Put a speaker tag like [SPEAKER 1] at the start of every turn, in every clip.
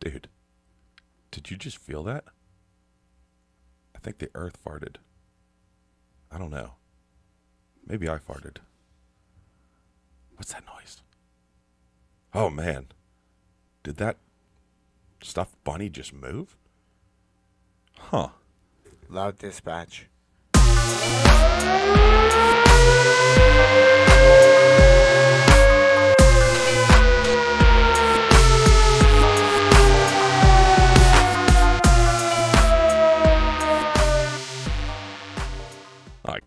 [SPEAKER 1] Dude, did you just feel that? I think the earth farted. I don't know. Maybe I farted. What's that noise? Oh man. Did that stuffed bunny just move? Huh.
[SPEAKER 2] Loud dispatch.
[SPEAKER 1] I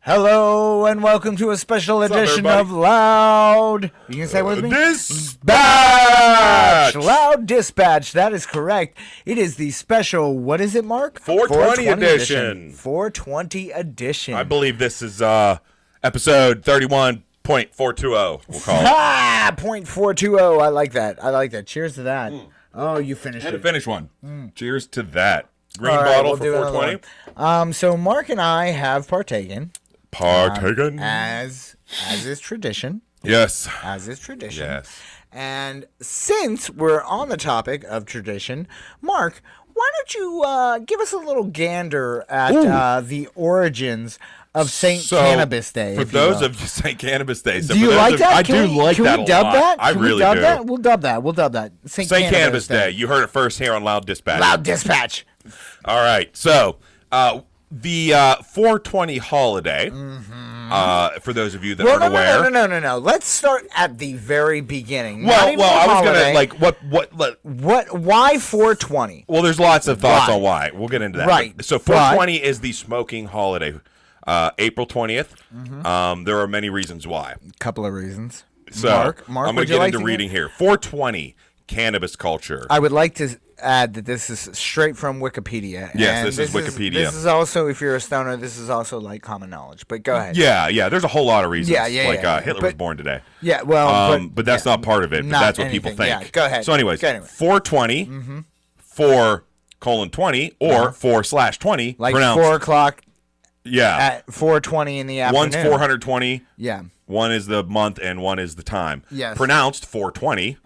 [SPEAKER 2] Hello and welcome to a special
[SPEAKER 1] up,
[SPEAKER 2] edition
[SPEAKER 1] everybody?
[SPEAKER 2] of Loud. You can say it with me?
[SPEAKER 1] dispatch
[SPEAKER 2] Loud Dispatch. That is correct. It is the special. What is it, Mark?
[SPEAKER 1] 420 edition.
[SPEAKER 2] 420 edition.
[SPEAKER 1] I believe this is uh episode 31.420 oh. we'll call it.
[SPEAKER 2] Ah, point four two zero. I like that. I like that. Cheers to that. Oh, you finished
[SPEAKER 1] Hmm. Had to
[SPEAKER 2] it.
[SPEAKER 1] finish one. Cheers to that. Green
[SPEAKER 2] Mm. All right,
[SPEAKER 1] bottle
[SPEAKER 2] we'll
[SPEAKER 1] for
[SPEAKER 2] do another
[SPEAKER 1] 420.
[SPEAKER 2] one. Um, so Mark and I have partaken
[SPEAKER 1] Partaken.
[SPEAKER 2] Uh, as as is tradition,
[SPEAKER 1] yes.
[SPEAKER 2] as is tradition.
[SPEAKER 1] Yes.
[SPEAKER 2] And since we're on the topic of tradition, Mark, why don't you uh, give us a little gander at uh, the origins of Saint
[SPEAKER 1] So,
[SPEAKER 2] Cannabis Day?
[SPEAKER 1] For
[SPEAKER 2] if you
[SPEAKER 1] those
[SPEAKER 2] will.
[SPEAKER 1] of you St. Cannabis Day. So
[SPEAKER 2] do
[SPEAKER 1] for
[SPEAKER 2] you
[SPEAKER 1] those
[SPEAKER 2] like
[SPEAKER 1] of-
[SPEAKER 2] that?
[SPEAKER 1] I
[SPEAKER 2] Can
[SPEAKER 1] do
[SPEAKER 2] we-
[SPEAKER 1] like
[SPEAKER 2] can
[SPEAKER 1] that
[SPEAKER 2] we
[SPEAKER 1] a
[SPEAKER 2] dub
[SPEAKER 1] lot.
[SPEAKER 2] That?
[SPEAKER 1] I
[SPEAKER 2] Can
[SPEAKER 1] really
[SPEAKER 2] we dub
[SPEAKER 1] do.
[SPEAKER 2] That? We'll dub that. We'll dub that. Saint,
[SPEAKER 1] St.
[SPEAKER 2] Cannabis,
[SPEAKER 1] Cannabis
[SPEAKER 2] Day.
[SPEAKER 1] Day. You heard it first here on Loud Dispatch.
[SPEAKER 2] Loud dispatch.
[SPEAKER 1] All right. So uh, the uh, 420 holiday, uh, for those of you that
[SPEAKER 2] Mm-hmm. Well, no,
[SPEAKER 1] aren't
[SPEAKER 2] no,
[SPEAKER 1] aware.
[SPEAKER 2] no, no, no, no, no. Let's start at the very beginning. Not
[SPEAKER 1] Well,
[SPEAKER 2] even
[SPEAKER 1] well,
[SPEAKER 2] the
[SPEAKER 1] I was going
[SPEAKER 2] holiday.
[SPEAKER 1] to, like, what, what, like,
[SPEAKER 2] what? Why 420?
[SPEAKER 1] Well, there's lots of thoughts
[SPEAKER 2] Why?
[SPEAKER 1] on why. We'll get into that.
[SPEAKER 2] Right.
[SPEAKER 1] So 420 is the smoking holiday, uh, April 20th.
[SPEAKER 2] Mm-hmm.
[SPEAKER 1] Um, there are many reasons why.
[SPEAKER 2] Couple of reasons.
[SPEAKER 1] So
[SPEAKER 2] Mark, Mark,
[SPEAKER 1] I'm
[SPEAKER 2] would
[SPEAKER 1] going to get
[SPEAKER 2] you like
[SPEAKER 1] into
[SPEAKER 2] to
[SPEAKER 1] reading here. 420 cannabis culture.
[SPEAKER 2] I would like to add that this is straight from Wikipedia.
[SPEAKER 1] Yes,
[SPEAKER 2] and
[SPEAKER 1] this is Wikipedia.
[SPEAKER 2] This is also, if you're a stoner, this is also like common knowledge. But go ahead.
[SPEAKER 1] yeah, yeah. There's a whole lot of reasons.
[SPEAKER 2] Yeah, yeah,
[SPEAKER 1] Like
[SPEAKER 2] yeah,
[SPEAKER 1] uh,
[SPEAKER 2] yeah.
[SPEAKER 1] Hitler was
[SPEAKER 2] But-
[SPEAKER 1] born today.
[SPEAKER 2] Yeah, well,
[SPEAKER 1] Um, but,
[SPEAKER 2] but,
[SPEAKER 1] that's not part of it. But
[SPEAKER 2] Not
[SPEAKER 1] that's what people
[SPEAKER 2] anything.
[SPEAKER 1] think.
[SPEAKER 2] Yeah, go ahead.
[SPEAKER 1] So, anyways,
[SPEAKER 2] Go Mm-hmm. anyway.
[SPEAKER 1] 420, 4 colon 20 or 4 slash 20.
[SPEAKER 2] Uh-huh. like
[SPEAKER 1] pronounced.
[SPEAKER 2] four o'clock
[SPEAKER 1] yeah.
[SPEAKER 2] at 4:20 in the afternoon.
[SPEAKER 1] One's 420.
[SPEAKER 2] Yeah.
[SPEAKER 1] One is the month and one is the time.
[SPEAKER 2] Yes. Mm-hmm.
[SPEAKER 1] Pronounced 420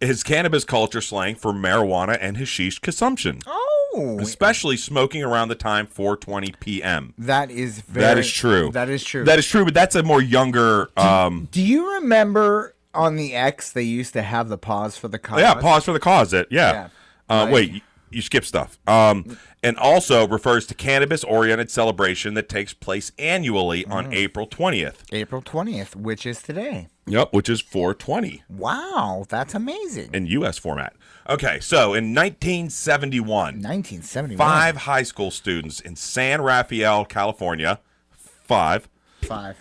[SPEAKER 1] is cannabis culture slang for marijuana and hashish consumption,
[SPEAKER 2] Oh,
[SPEAKER 1] especially smoking around the time 420 p.m.
[SPEAKER 2] that is very.
[SPEAKER 1] That is true.
[SPEAKER 2] That is true.
[SPEAKER 1] That is true, but that's a more younger. Um,
[SPEAKER 2] Do you remember on the X they used to have the pause for the commas?
[SPEAKER 1] Oh, yeah, pause for the cause. It. Yeah.
[SPEAKER 2] Yeah.
[SPEAKER 1] Uh,
[SPEAKER 2] Like-
[SPEAKER 1] Wait, you, you skip stuff. Um, and also refers to cannabis oriented celebration that takes place annually
[SPEAKER 2] Mm.
[SPEAKER 1] on April 20th.
[SPEAKER 2] April 20th, which is today.
[SPEAKER 1] Yep. Which is 420.
[SPEAKER 2] Wow, that's amazing.
[SPEAKER 1] in U.S. format. Okay, so in 1971,
[SPEAKER 2] 1971.
[SPEAKER 1] five high school students in San Rafael, California, five,
[SPEAKER 2] Five.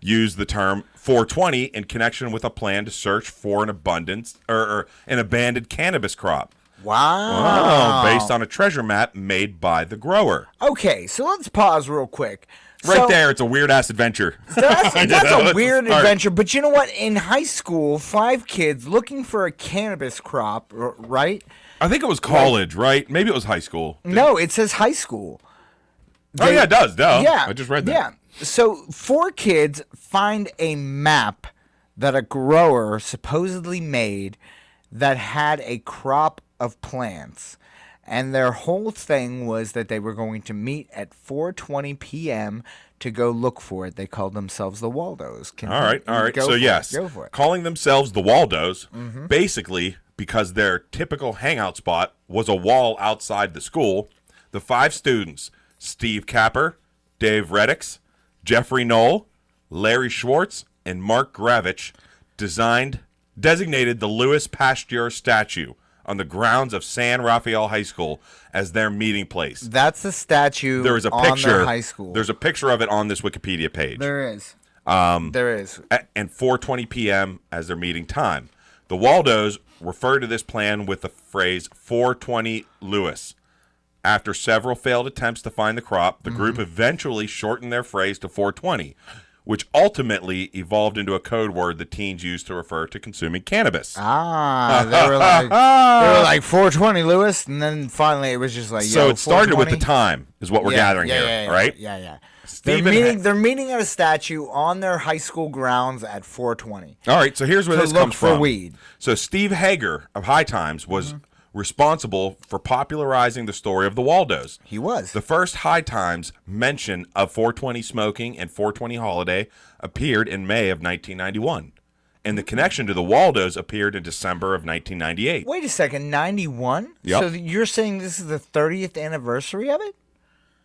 [SPEAKER 1] used the term 420 in connection with a plan to search for an abundance or, or an abandoned cannabis crop.
[SPEAKER 2] Wow.
[SPEAKER 1] Oh, based on a treasure map made by the grower.
[SPEAKER 2] Okay, so let's pause real quick.
[SPEAKER 1] Right
[SPEAKER 2] So-
[SPEAKER 1] there, it's a weird ass adventure.
[SPEAKER 2] That's,
[SPEAKER 1] I
[SPEAKER 2] that's
[SPEAKER 1] know,
[SPEAKER 2] a
[SPEAKER 1] it's
[SPEAKER 2] weird
[SPEAKER 1] hard.
[SPEAKER 2] adventure, but you know what? In high school, five kids looking for a cannabis crop, r- right?
[SPEAKER 1] I think it was college, right? Maybe it was high school.
[SPEAKER 2] No, it says high school.
[SPEAKER 1] oh yeah, it does. Duh.
[SPEAKER 2] Yeah.
[SPEAKER 1] I just read that.
[SPEAKER 2] Yeah. So four kids find a map that a grower supposedly made that had a crop of plants. And their whole thing was that they were going to meet at 4:20 p.m. to go look for it. They called themselves the Waldos. Can
[SPEAKER 1] All right, all right.
[SPEAKER 2] go
[SPEAKER 1] so
[SPEAKER 2] for it,
[SPEAKER 1] yes,
[SPEAKER 2] go for it. Mm-hmm.
[SPEAKER 1] calling themselves the Waldos, basically because their typical hangout spot was a wall outside the school. The five students: Steve Capper, Dave Reddix, Jeffrey Knoll, Larry Schwartz, and Mark Gravich, designed designated the Louis Pasteur statue on the grounds of San Rafael High School as their meeting place.
[SPEAKER 2] That's the statue.
[SPEAKER 1] There is a
[SPEAKER 2] on
[SPEAKER 1] picture.
[SPEAKER 2] Their high school.
[SPEAKER 1] There's a picture of it on this Wikipedia page
[SPEAKER 2] there is. Um, there is.
[SPEAKER 1] a- and 4:20 p.m. as their meeting time. The Waldos refer to this plan with the phrase 420 Lewis. After
[SPEAKER 2] Mm-hmm.
[SPEAKER 1] several failed attempts to find the crop, the group eventually shortened their phrase to 420, which ultimately evolved into a code word that teens used to refer to consuming cannabis.
[SPEAKER 2] Ah, they were like they were like 420 Lewis, and then finally it was just like
[SPEAKER 1] so
[SPEAKER 2] yo,
[SPEAKER 1] it started with the
[SPEAKER 2] 420?
[SPEAKER 1] time, is what we're
[SPEAKER 2] Yeah,
[SPEAKER 1] gathering
[SPEAKER 2] yeah,
[SPEAKER 1] here,
[SPEAKER 2] yeah, yeah,
[SPEAKER 1] right?
[SPEAKER 2] Yeah, yeah.
[SPEAKER 1] Stephen
[SPEAKER 2] they're meeting.
[SPEAKER 1] Ha-
[SPEAKER 2] they're meeting at a statue on their high school grounds at 420.
[SPEAKER 1] All right, so here's where
[SPEAKER 2] To
[SPEAKER 1] this
[SPEAKER 2] look
[SPEAKER 1] comes
[SPEAKER 2] for
[SPEAKER 1] from.
[SPEAKER 2] weed.
[SPEAKER 1] So Steve Hager of High Times was
[SPEAKER 2] Mm-hmm.
[SPEAKER 1] responsible for popularizing the story of the Waldos.
[SPEAKER 2] He was.
[SPEAKER 1] The first High Times mention of 420 smoking and 420 holiday appeared in May of 1991, and the connection to the Waldos appeared in December of 1998.
[SPEAKER 2] Wait a second, 91.
[SPEAKER 1] Yep.
[SPEAKER 2] So you're saying this is the 30th anniversary of it?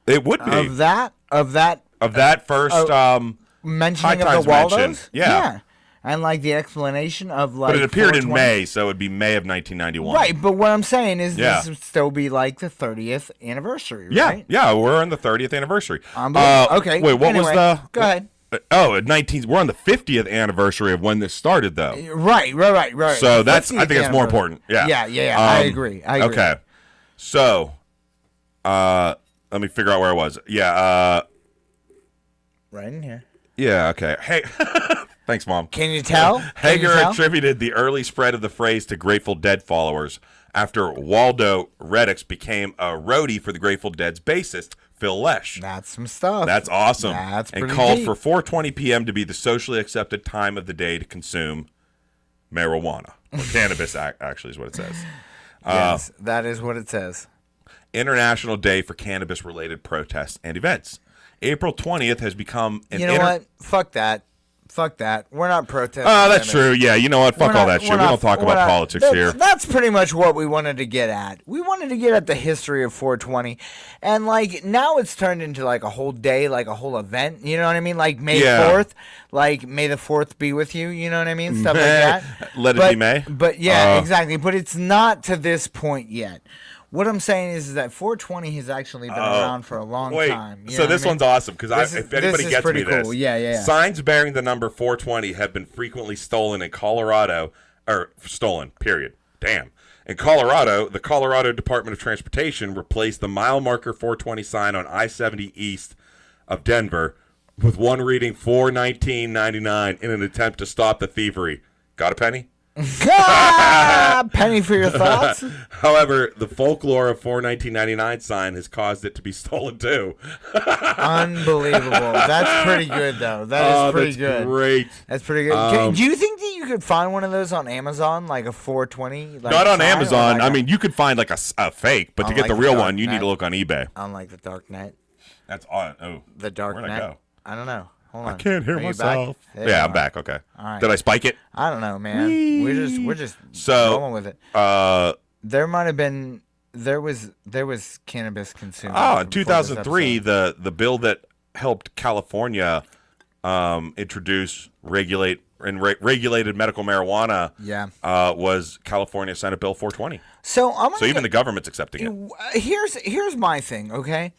[SPEAKER 1] It would be
[SPEAKER 2] Of Oh,
[SPEAKER 1] of,
[SPEAKER 2] that? Of that
[SPEAKER 1] that first. um,
[SPEAKER 2] mentioning
[SPEAKER 1] High
[SPEAKER 2] of the
[SPEAKER 1] Times
[SPEAKER 2] Waldos?
[SPEAKER 1] mention, yeah.
[SPEAKER 2] And like the explanation of like
[SPEAKER 1] but it appeared in
[SPEAKER 2] 420
[SPEAKER 1] May, so it would be May of 1991.
[SPEAKER 2] Right, but what I'm saying is
[SPEAKER 1] Yeah.
[SPEAKER 2] this would still be like the 30th anniversary,
[SPEAKER 1] Yeah,
[SPEAKER 2] right?
[SPEAKER 1] yeah, we're on the 30th anniversary.
[SPEAKER 2] Unbelievable.
[SPEAKER 1] Uh,
[SPEAKER 2] okay.
[SPEAKER 1] Wait, what was
[SPEAKER 2] anyway,
[SPEAKER 1] the?
[SPEAKER 2] Go ahead.
[SPEAKER 1] Oh, at 19, we're on the 50th anniversary of when this started, though.
[SPEAKER 2] Right, right, right, right.
[SPEAKER 1] So that's,
[SPEAKER 2] the
[SPEAKER 1] I think it's more
[SPEAKER 2] anniversary.
[SPEAKER 1] important. Yeah.
[SPEAKER 2] Yeah, yeah, yeah, I
[SPEAKER 1] Um,
[SPEAKER 2] agree, I agree.
[SPEAKER 1] Okay. So, uh, let me figure out where I was. Yeah. Uh,
[SPEAKER 2] Right in here.
[SPEAKER 1] yeah. Okay. Hey, thanks, mom.
[SPEAKER 2] Can you tell? Can you
[SPEAKER 1] Hager
[SPEAKER 2] tell?
[SPEAKER 1] attributed the early spread of the phrase to Grateful Dead followers after Waldo Reddix became a roadie for the Grateful Dead's bassist, Phil Lesh.
[SPEAKER 2] That's some stuff.
[SPEAKER 1] That's uh, awesome.
[SPEAKER 2] That's
[SPEAKER 1] and
[SPEAKER 2] pretty
[SPEAKER 1] called
[SPEAKER 2] deep.
[SPEAKER 1] for 4:20 p.m. to be the socially accepted time of the day to consume marijuana or cannabis. ac- Actually, is what it says.
[SPEAKER 2] yes, that is what it says.
[SPEAKER 1] International Day for cannabis-related protests and events. April 20th has become an
[SPEAKER 2] You know
[SPEAKER 1] inter-
[SPEAKER 2] what? Fuck that. Fuck that. We're not protesting.
[SPEAKER 1] Oh, that's
[SPEAKER 2] it.
[SPEAKER 1] true. Yeah, you know what?
[SPEAKER 2] We're
[SPEAKER 1] Fuck all
[SPEAKER 2] not-
[SPEAKER 1] that shit.
[SPEAKER 2] we're
[SPEAKER 1] We don't
[SPEAKER 2] not-
[SPEAKER 1] talk
[SPEAKER 2] we're
[SPEAKER 1] about
[SPEAKER 2] not-
[SPEAKER 1] politics
[SPEAKER 2] that-
[SPEAKER 1] here.
[SPEAKER 2] That's pretty much what we wanted to get at. We wanted to get at the history of 420, and like now it's turned into like a whole day, like a whole event. You know what I mean? Like May
[SPEAKER 1] Yeah.
[SPEAKER 2] 4th, like May the 4th be with you. You know what I mean? Stuff like that.
[SPEAKER 1] Let it
[SPEAKER 2] but,
[SPEAKER 1] be May.
[SPEAKER 2] But yeah,
[SPEAKER 1] Uh,
[SPEAKER 2] exactly. But it's not to this point yet. What I'm saying is, that 420 has actually been around for a long
[SPEAKER 1] Oh. Wait,
[SPEAKER 2] time. You
[SPEAKER 1] so
[SPEAKER 2] know what I
[SPEAKER 1] this
[SPEAKER 2] mean?
[SPEAKER 1] one's awesome because
[SPEAKER 2] This is-
[SPEAKER 1] if anybody
[SPEAKER 2] this is
[SPEAKER 1] gets me
[SPEAKER 2] pretty
[SPEAKER 1] this,
[SPEAKER 2] cool. Yeah, yeah, yeah.
[SPEAKER 1] signs bearing the number 420 have been frequently stolen in Colorado, or stolen. Period. Damn. In Colorado, the Colorado Department of Transportation replaced the mile marker 420 sign on I-70 east of Denver with one reading 419.99 in an attempt to stop the thievery. Got a penny?
[SPEAKER 2] Ah, penny for your thoughts.
[SPEAKER 1] However, the folklore of 419.99 sign has caused it to be stolen too.
[SPEAKER 2] Unbelievable. That's pretty good though. That is
[SPEAKER 1] Oh,
[SPEAKER 2] pretty
[SPEAKER 1] that's
[SPEAKER 2] good.
[SPEAKER 1] great. Um,
[SPEAKER 2] That's pretty good. Can- do you think that you could find one of those on Amazon, like a 420? Like
[SPEAKER 1] Not on
[SPEAKER 2] sign, or
[SPEAKER 1] Amazon.
[SPEAKER 2] like
[SPEAKER 1] I
[SPEAKER 2] a-
[SPEAKER 1] mean, you could find like a, s- a fake, but to
[SPEAKER 2] On,
[SPEAKER 1] get
[SPEAKER 2] like,
[SPEAKER 1] the
[SPEAKER 2] the
[SPEAKER 1] real
[SPEAKER 2] dark
[SPEAKER 1] one, you need
[SPEAKER 2] net.
[SPEAKER 1] to look on eBay.
[SPEAKER 2] on like the Dark Knight,
[SPEAKER 1] That's on. Oh,
[SPEAKER 2] the Dark
[SPEAKER 1] Where'd I
[SPEAKER 2] Knight.
[SPEAKER 1] go?
[SPEAKER 2] I don't know. Hold on.
[SPEAKER 1] I can't hear
[SPEAKER 2] Are you back?
[SPEAKER 1] myself.
[SPEAKER 2] There you
[SPEAKER 1] Yeah, I'm
[SPEAKER 2] are.
[SPEAKER 1] back. Okay.
[SPEAKER 2] right.
[SPEAKER 1] Did I spike it?
[SPEAKER 2] I don't know, man. We're just we're just
[SPEAKER 1] So-
[SPEAKER 2] rolling with it.
[SPEAKER 1] Uh,
[SPEAKER 2] There might have been there was there was cannabis consumed.
[SPEAKER 1] oh,
[SPEAKER 2] before
[SPEAKER 1] in
[SPEAKER 2] this
[SPEAKER 1] 2003,
[SPEAKER 2] episode.
[SPEAKER 1] the the bill that helped California um, introduce, regulate, and re- regulated medical marijuana.
[SPEAKER 2] Yeah.
[SPEAKER 1] Uh, was California Senate Bill 420.
[SPEAKER 2] So I'm gonna
[SPEAKER 1] So
[SPEAKER 2] go-
[SPEAKER 1] even the government's accepting it.
[SPEAKER 2] w- uh, here's here's my thing okay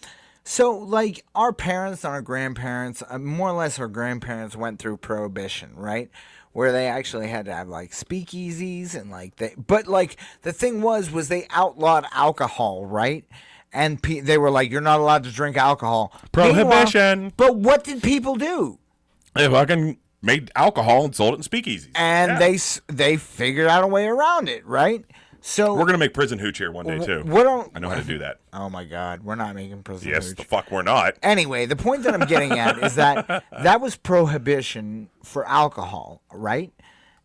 [SPEAKER 2] so like our parents and our grandparents uh, more or less our grandparents went through prohibition right where they actually had to have like speakeasies and like they but like the thing was was they outlawed alcohol right and pe- they were like you're not allowed to drink alcohol Meanwhile-
[SPEAKER 1] Prohibition.
[SPEAKER 2] but what did people do
[SPEAKER 1] They fucking made alcohol and sold it in speakeasies.
[SPEAKER 2] and
[SPEAKER 1] Yeah.
[SPEAKER 2] they s- they figured out a way around it right so
[SPEAKER 1] we're gonna make prison hooch here one day too.
[SPEAKER 2] what don't-
[SPEAKER 1] I know how to do that.
[SPEAKER 2] oh my god we're not making prison
[SPEAKER 1] Yes,
[SPEAKER 2] hooch.
[SPEAKER 1] the fuck we're not.
[SPEAKER 2] Anyway, the point that I'm getting at is that that was prohibition for alcohol, right?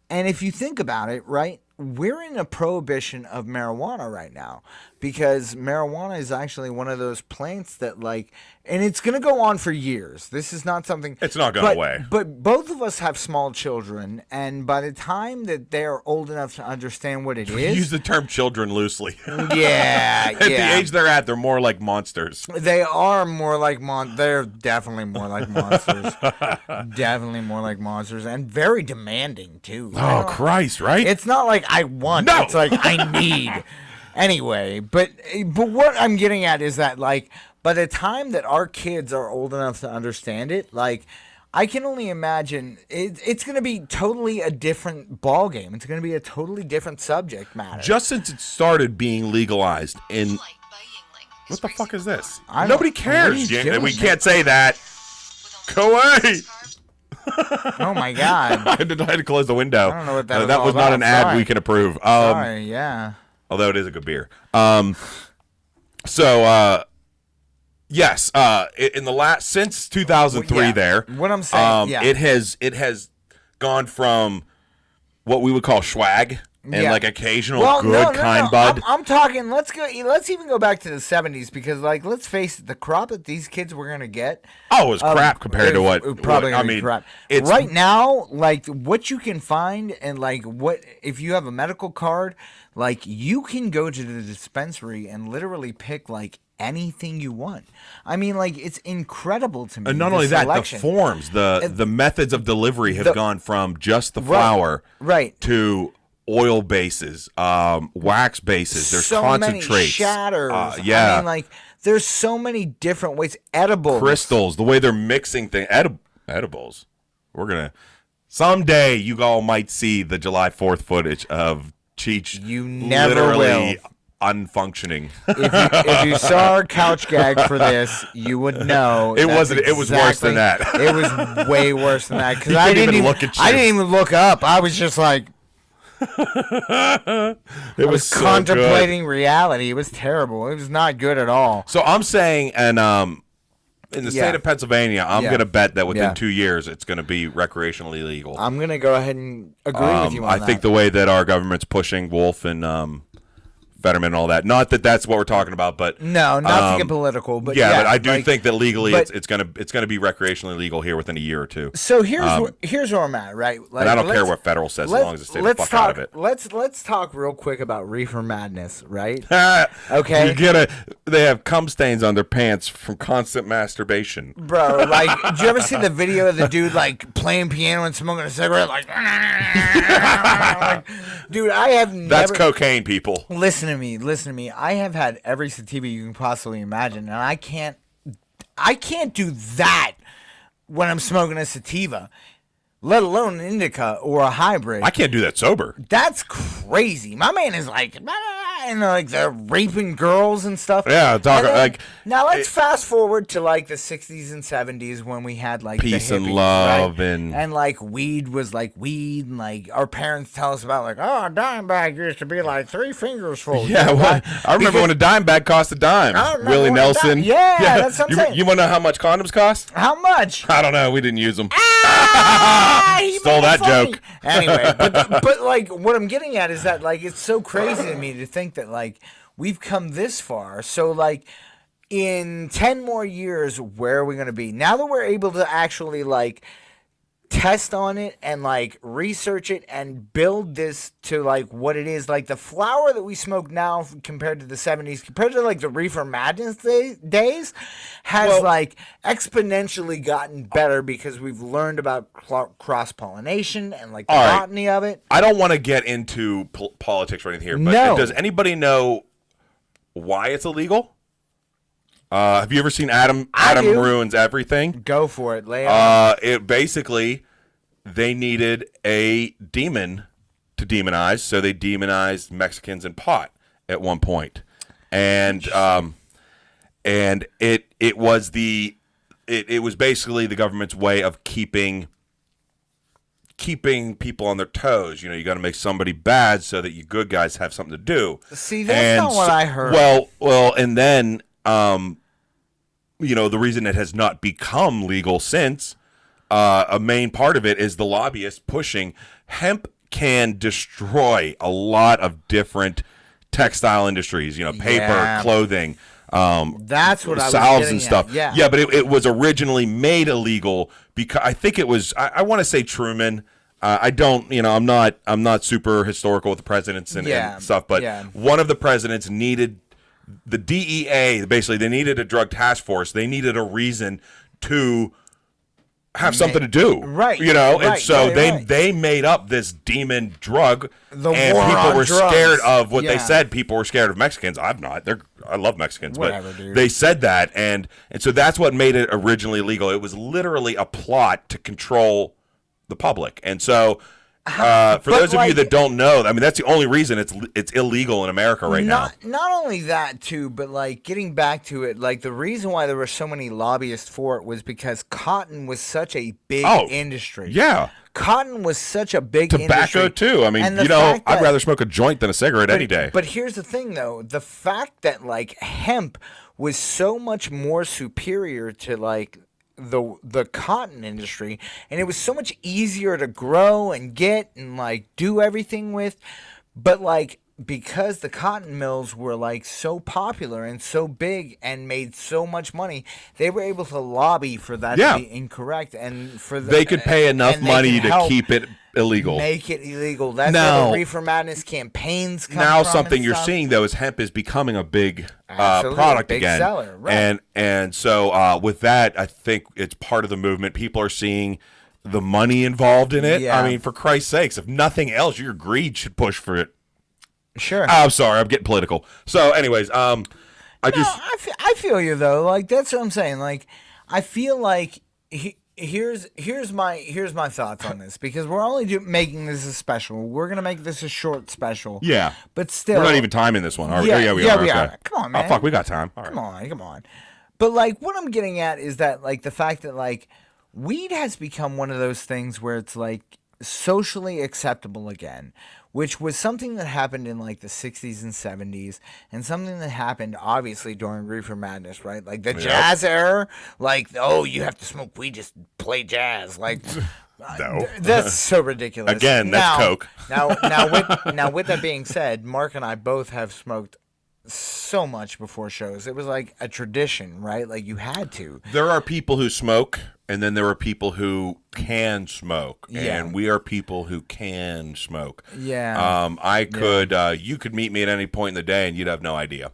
[SPEAKER 2] And if you think about it, right, we're in a prohibition of marijuana right now because marijuana is actually one of those plants that, like, and it's going to go on for years. This is not something.
[SPEAKER 1] It's not going
[SPEAKER 2] but-
[SPEAKER 1] away.
[SPEAKER 2] But both of us have small children, and by the time that they're old enough to understand what it is,
[SPEAKER 1] Use the term children loosely. At
[SPEAKER 2] yeah, yeah.
[SPEAKER 1] the age they're at, they're more like monsters.
[SPEAKER 2] They are more like mon. They're definitely more like monsters. definitely more like monsters, and very demanding too.
[SPEAKER 1] Oh Christ, right?
[SPEAKER 2] It's not like I want.
[SPEAKER 1] No!
[SPEAKER 2] It's like I need. anyway, but but what I'm getting at is that like by the time that our kids are old enough to understand it, like I can only imagine it, it's going to be totally a different ball game. It's going to be a totally different subject matter.
[SPEAKER 1] Just since it started being legalized in
[SPEAKER 3] Like by Yingling
[SPEAKER 1] what
[SPEAKER 3] is
[SPEAKER 1] the
[SPEAKER 3] raising
[SPEAKER 1] fuck is this?
[SPEAKER 2] I don't-
[SPEAKER 1] Nobody
[SPEAKER 2] what are
[SPEAKER 1] cares.
[SPEAKER 2] you
[SPEAKER 1] Yeah,
[SPEAKER 2] doing?
[SPEAKER 1] we can't say that.
[SPEAKER 3] with
[SPEAKER 1] Go
[SPEAKER 3] only
[SPEAKER 1] away.
[SPEAKER 3] carbs,
[SPEAKER 2] Oh my god.
[SPEAKER 1] I had, to, I had to close the window. Uh,
[SPEAKER 2] don't know what that was
[SPEAKER 1] that
[SPEAKER 2] all
[SPEAKER 1] was not
[SPEAKER 2] about.
[SPEAKER 1] an ad
[SPEAKER 2] Sorry.
[SPEAKER 1] we can approve. Um,
[SPEAKER 2] Sorry, yeah.
[SPEAKER 1] although it is a good beer. Um, so uh, yes, uh, i- in the last since 2003,
[SPEAKER 2] Yeah.
[SPEAKER 1] there,
[SPEAKER 2] What I'm saying,
[SPEAKER 1] um,
[SPEAKER 2] yeah.
[SPEAKER 1] it has it has gone from what we would call swag and
[SPEAKER 2] Yeah.
[SPEAKER 1] like occasional
[SPEAKER 2] Well,
[SPEAKER 1] Oh, good
[SPEAKER 2] no, no,
[SPEAKER 1] kind
[SPEAKER 2] no.
[SPEAKER 1] bud.
[SPEAKER 2] I'm, I'm talking. Let's go. Let's even go back to the '70s because, like, let's face it, the crop that these kids were gonna get
[SPEAKER 1] oh, it was crap compared to
[SPEAKER 2] is
[SPEAKER 1] what
[SPEAKER 2] um, uh, Probably
[SPEAKER 1] what- I
[SPEAKER 2] gonna be
[SPEAKER 1] mean.
[SPEAKER 2] crap.
[SPEAKER 1] It's
[SPEAKER 2] right now, like what you can find, and like what if you have a medical card, like you can go to the dispensary and literally pick like anything you want. I mean, like it's incredible to me.
[SPEAKER 1] And not
[SPEAKER 2] the
[SPEAKER 1] only that,
[SPEAKER 2] selection.
[SPEAKER 1] the forms, the the methods of delivery have
[SPEAKER 2] the-
[SPEAKER 1] gone from just the flour
[SPEAKER 2] right.
[SPEAKER 1] to oil bases, um, wax bases. There's
[SPEAKER 2] so
[SPEAKER 1] concentrates,
[SPEAKER 2] many shatters.
[SPEAKER 1] uh,
[SPEAKER 2] I
[SPEAKER 1] yeah,
[SPEAKER 2] mean, like there's so many different ways. Edible.
[SPEAKER 1] crystals. The way they're mixing things, edib- edibles. We're gonna someday you all might see the July Fourth footage of Cheech.
[SPEAKER 2] You never
[SPEAKER 1] literally unfunctioning.
[SPEAKER 2] if, you, if you saw our couch gag for this, you would know
[SPEAKER 1] It
[SPEAKER 2] that's
[SPEAKER 1] wasn't- it was worse than that.
[SPEAKER 2] it was way worse than that because
[SPEAKER 1] You
[SPEAKER 2] I
[SPEAKER 1] couldn't
[SPEAKER 2] didn't
[SPEAKER 1] even
[SPEAKER 2] even
[SPEAKER 1] look at
[SPEAKER 2] I
[SPEAKER 1] you.
[SPEAKER 2] didn't even look up. I was just like
[SPEAKER 1] It was, so good.
[SPEAKER 2] contemplating reality. It was terrible. It was not good at all.
[SPEAKER 1] So I'm saying, and um, in the
[SPEAKER 2] Yeah.
[SPEAKER 1] state of Pennsylvania, I'm
[SPEAKER 2] Yeah.
[SPEAKER 1] gonna bet that within
[SPEAKER 2] Yeah.
[SPEAKER 1] two years it's gonna be recreationally legal.
[SPEAKER 2] I'm gonna go ahead and agree with you
[SPEAKER 1] Um,
[SPEAKER 2] on
[SPEAKER 1] I
[SPEAKER 2] that.
[SPEAKER 1] think the way that our government's pushing Wolf and um, Fetterman and all that. Not that that's what we're talking about, but
[SPEAKER 2] no, not
[SPEAKER 1] um,
[SPEAKER 2] to get political, Mm, but
[SPEAKER 1] yeah,
[SPEAKER 2] yeah,
[SPEAKER 1] but I do
[SPEAKER 2] like-
[SPEAKER 1] think that legally
[SPEAKER 2] but-
[SPEAKER 1] it's, it's gonna it's gonna be recreationally legal here within a year or two.
[SPEAKER 2] So here's where, here's where I'm at, right? Like,
[SPEAKER 1] um, And I don't care
[SPEAKER 2] let's-
[SPEAKER 1] what federal says as
[SPEAKER 2] let's-
[SPEAKER 1] long as it stays the
[SPEAKER 2] let's
[SPEAKER 1] fuck
[SPEAKER 2] talk,
[SPEAKER 1] out of it.
[SPEAKER 2] Let's let's talk real quick about reefer madness, right?
[SPEAKER 1] You
[SPEAKER 2] Okay.
[SPEAKER 1] get a they have cum stains on their pants from constant masturbation.
[SPEAKER 2] Bro, like, did you ever see the video of the dude like playing piano and smoking a cigarette? Like, like, dude, I have
[SPEAKER 1] That's
[SPEAKER 2] never.
[SPEAKER 1] cocaine, people.
[SPEAKER 2] listen to me, listen to me. I have had every sativa you can possibly imagine, and I can't, I can't do that when I'm smoking a sativa, let alone an indica or a hybrid.
[SPEAKER 1] I can't do that sober.
[SPEAKER 2] That's crazy. My man is like, "Nah, nah, nah," and uh, like they're raping girls and stuff.
[SPEAKER 1] Yeah, it's all-
[SPEAKER 2] And then-
[SPEAKER 1] like,
[SPEAKER 2] now let's fast forward to like the '60s and '70s when we had like the
[SPEAKER 1] Peace and
[SPEAKER 2] hippies,
[SPEAKER 1] love
[SPEAKER 2] right?
[SPEAKER 1] and-
[SPEAKER 2] and like weed was like weed, and like our parents tell us about like, oh, a dime bag used to be like three fingers full.
[SPEAKER 1] Yeah, well, I remember when a dime bag cost a dime.
[SPEAKER 2] I remember
[SPEAKER 1] Willie
[SPEAKER 2] when a dime-
[SPEAKER 1] Nelson.
[SPEAKER 2] Yeah, that's what I'm
[SPEAKER 1] you,
[SPEAKER 2] saying.
[SPEAKER 1] You want to know how much condoms cost?
[SPEAKER 2] How much?
[SPEAKER 1] I don't know. We didn't use them.
[SPEAKER 2] Ah, he
[SPEAKER 1] Stole
[SPEAKER 2] made it
[SPEAKER 1] that
[SPEAKER 2] funny.
[SPEAKER 1] joke.
[SPEAKER 2] Anyway, but but like what I'm getting at is that like it's so crazy to me to think that like we've come this far. So like in 10 more years where are we going to be? Now that we're able to actually like test on it and like research it and build this to like what it is like the flower that we smoke now f- compared to the 70s compared to like the reefer madness day, days has
[SPEAKER 1] Well-
[SPEAKER 2] like exponentially gotten better because we've learned about cl- cross pollination and like the
[SPEAKER 1] All right.
[SPEAKER 2] botany of it
[SPEAKER 1] I don't want to get into pol- politics or anything here, but
[SPEAKER 2] No.
[SPEAKER 1] does anybody know why it's illegal? Uh, have you ever seen Adam
[SPEAKER 2] I
[SPEAKER 1] Adam
[SPEAKER 2] do.
[SPEAKER 1] ruins everything?
[SPEAKER 2] go for it lay on
[SPEAKER 1] Uh, it basically they needed a demon to demonize, so they demonized Mexicans and pot at one point, and um, and it it was the it, it was basically the government's way of keeping keeping people on their toes. You know, you got to make somebody bad so that you good guys have something to do.
[SPEAKER 2] See, that's not what I heard.
[SPEAKER 1] Well, well, and then um, you know, the reason it has not become legal since uh, a main part of it is the lobbyists pushing hemp can destroy a lot of different textile industries. You know, paper,
[SPEAKER 2] Yeah.
[SPEAKER 1] clothing. Um,
[SPEAKER 2] that's what i was
[SPEAKER 1] salves
[SPEAKER 2] getting
[SPEAKER 1] and stuff.
[SPEAKER 2] at. yeah
[SPEAKER 1] yeah, but it, it was originally made illegal because I think it was. I, I want to say Truman. Uh, I don't, you know, I'm not, I'm not super historical with the presidents and, and
[SPEAKER 2] Yeah,
[SPEAKER 1] stuff, but
[SPEAKER 2] yeah.
[SPEAKER 1] one of the presidents needed the DEA. Basically, they needed a drug task force. They needed a reason to have something to do,
[SPEAKER 2] Right,
[SPEAKER 1] You know, and
[SPEAKER 2] right,
[SPEAKER 1] so
[SPEAKER 2] right,
[SPEAKER 1] they
[SPEAKER 2] right.
[SPEAKER 1] they made up this demon drug,
[SPEAKER 2] The
[SPEAKER 1] and
[SPEAKER 2] war
[SPEAKER 1] people
[SPEAKER 2] on
[SPEAKER 1] were
[SPEAKER 2] drugs.
[SPEAKER 1] scared of what they
[SPEAKER 2] Yeah.
[SPEAKER 1] said. People were scared of Mexicans. I'm not. They're I love Mexicans,
[SPEAKER 2] Whatever,
[SPEAKER 1] but
[SPEAKER 2] dude.
[SPEAKER 1] they said that, and and so that's what made it originally legal. It was literally a plot to control the public, and so Uh, for
[SPEAKER 2] Ah, But,
[SPEAKER 1] those of you
[SPEAKER 2] like-
[SPEAKER 1] that don't know, I mean that's the only reason it's it's illegal in America right now.
[SPEAKER 2] not not only that too, but like getting back to it, like the reason why there were so many lobbyists for it was because cotton was such a big
[SPEAKER 1] Oh,
[SPEAKER 2] industry.
[SPEAKER 1] Yeah,
[SPEAKER 2] cotton was such a big
[SPEAKER 1] tobacco
[SPEAKER 2] industry.
[SPEAKER 1] too. I mean,
[SPEAKER 2] And the
[SPEAKER 1] you know,
[SPEAKER 2] fact
[SPEAKER 1] I'd
[SPEAKER 2] that-
[SPEAKER 1] rather smoke a joint than a cigarette any day.
[SPEAKER 2] But here's the thing, though: the fact that like hemp was so much more superior to like the the cotton industry, and it was so much easier to grow and get and like do everything with, but like. Because the cotton mills were like so popular and so big and made so much money, they were able to lobby for that
[SPEAKER 1] Yeah.
[SPEAKER 2] to be incorrect and for the,
[SPEAKER 1] they could pay enough
[SPEAKER 2] and they
[SPEAKER 1] money
[SPEAKER 2] could
[SPEAKER 1] to
[SPEAKER 2] help
[SPEAKER 1] keep it illegal.
[SPEAKER 2] make it illegal. That's
[SPEAKER 1] Now-
[SPEAKER 2] where the Reefer Madness campaigns come
[SPEAKER 1] now
[SPEAKER 2] from
[SPEAKER 1] something
[SPEAKER 2] and
[SPEAKER 1] you're
[SPEAKER 2] stuff.
[SPEAKER 1] seeing though is hemp is becoming a big uh,
[SPEAKER 2] Absolutely,
[SPEAKER 1] product
[SPEAKER 2] big
[SPEAKER 1] again,
[SPEAKER 2] seller, right.
[SPEAKER 1] and and so uh, with that, I think it's part of the movement. People are seeing the money involved in it.
[SPEAKER 2] Yeah.
[SPEAKER 1] I mean, for Christ's sakes, if nothing else, your greed should push for it. Ah,
[SPEAKER 2] Sure.
[SPEAKER 1] I'm sorry, I'm getting political. So, anyways, um, I
[SPEAKER 2] no,
[SPEAKER 1] just
[SPEAKER 2] I fe- I feel you though. Like that's what I'm saying. Like I feel like he, here's here's my here's my thoughts on this because we're only do, making this a special. We're gonna make this a short special.
[SPEAKER 1] yeah,
[SPEAKER 2] But still,
[SPEAKER 1] we're not even timing this one, are we?
[SPEAKER 2] Yeah,
[SPEAKER 1] oh, yeah, we
[SPEAKER 2] yeah,
[SPEAKER 1] are.
[SPEAKER 2] we
[SPEAKER 1] okay.
[SPEAKER 2] are. Come on,
[SPEAKER 1] Oh
[SPEAKER 2] man.
[SPEAKER 1] fuck, we got time. All right.
[SPEAKER 2] come on, come on. But like what I'm getting at is that like the fact that like weed has become one of those things where it's like socially acceptable again, which was something that happened in like the 60s and 70s and something that happened obviously during Reefer Madness, right? Like the jazz era, like oh, you have to smoke weed just play jazz like
[SPEAKER 1] No.
[SPEAKER 2] Th- That's so ridiculous.
[SPEAKER 1] Again, that's
[SPEAKER 2] Now-
[SPEAKER 1] coke.
[SPEAKER 2] now, now, with now with that being said, Mark and I both have smoked so much before shows. It was like a tradition, right? Like you had to.
[SPEAKER 1] There are people who smoke, and then there are people who can smoke,
[SPEAKER 2] Yeah.
[SPEAKER 1] and we are people who can smoke.
[SPEAKER 2] Uh-huh. Yeah.
[SPEAKER 1] Um, I could, uh, you could meet me at any point in the day, and you'd have no idea.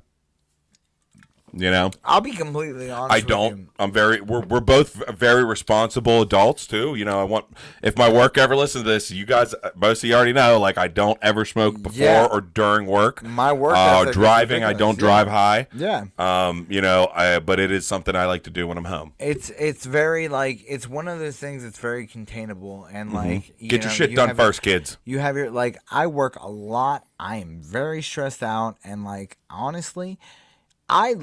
[SPEAKER 1] You know,
[SPEAKER 2] I'll be completely honest.
[SPEAKER 1] I
[SPEAKER 2] with you.
[SPEAKER 1] don't. I'm very. We're we're both v- very responsible adults too. You know, I want if my work ever listens to this, you guys uh, most of you already know. Like, I don't ever smoke before
[SPEAKER 2] Yeah.
[SPEAKER 1] or during work.
[SPEAKER 2] My work
[SPEAKER 1] Uh,
[SPEAKER 2] ethic is
[SPEAKER 1] driving, I don't
[SPEAKER 2] ridiculous,
[SPEAKER 1] drive high.
[SPEAKER 2] Yeah.
[SPEAKER 1] Um, you know, I, but it is something I like to do when I'm home.
[SPEAKER 2] It's it's very like it's one of those things that's very containable and like you
[SPEAKER 1] Mm-hmm. Get your
[SPEAKER 2] know,
[SPEAKER 1] shit
[SPEAKER 2] you
[SPEAKER 1] done
[SPEAKER 2] have your-
[SPEAKER 1] first, kids.
[SPEAKER 2] you have your like I work a lot. I am very stressed out and like honestly, I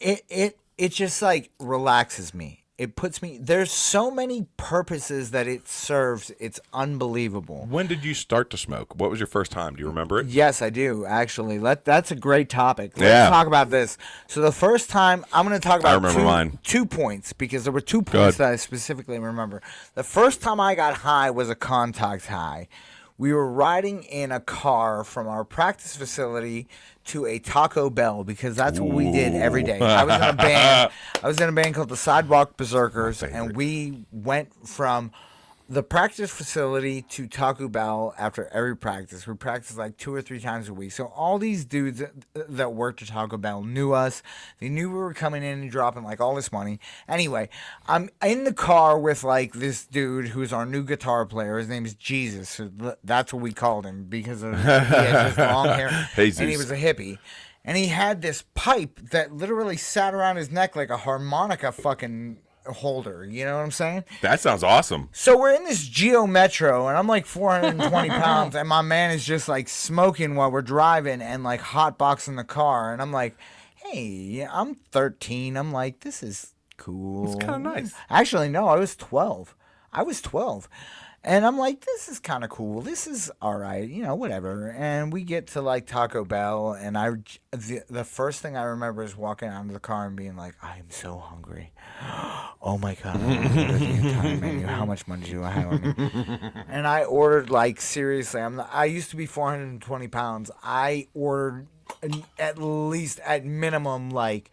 [SPEAKER 2] it it it just like relaxes me. It puts me there's so many purposes that it serves. It's unbelievable.
[SPEAKER 1] When did you start to smoke? What was your first time? Do you remember it?
[SPEAKER 2] Yes, I do actually. Let that's a great topic. Let's
[SPEAKER 1] Yeah.
[SPEAKER 2] talk about this. So the first time I'm going to talk about
[SPEAKER 1] remember
[SPEAKER 2] two,
[SPEAKER 1] mine.
[SPEAKER 2] two points because there were two points that I specifically remember. The first time I got high was a contact high. We were riding in a car from our practice facility to a Taco Bell because that's what we did every day. I was in a band. I was in a band called the Sidewalk Berserkers, and we went from the practice facility to Taco Bell after every practice. We practiced like two or three times a week. So all these dudes that- that worked at Taco Bell knew us. They knew we were coming in and dropping like all this money. Anyway, I'm in the car with like this dude who's our new guitar player. His name is Jesus. So th- that's what we called him because of he had just long hair and he
[SPEAKER 1] Jesus.
[SPEAKER 2] was a hippie. And he had this pipe that literally sat around his neck like a harmonica fucking holder. You know what I'm saying?
[SPEAKER 1] That sounds awesome.
[SPEAKER 2] So we're in this Geo Metro, and I'm like 420 pounds, and my man is just like smoking while we're driving and like hotboxing the car. And I'm like, hey, yeah, I'm 13. I'm like, this is cool. It's
[SPEAKER 1] kinda nice.
[SPEAKER 2] Actually, no, I was 12. I was 12. And I'm like, this is kind of cool. This is all right, you know, whatever. And we get to like Taco Bell, and I, the, the first thing I remember is walking out of the car and being like, I am so hungry. Oh my god! I wanna order the entire menu. How much money do I have on me? And I ordered like seriously. I'm not, I used to be 420 pounds. I ordered an- at least at minimum like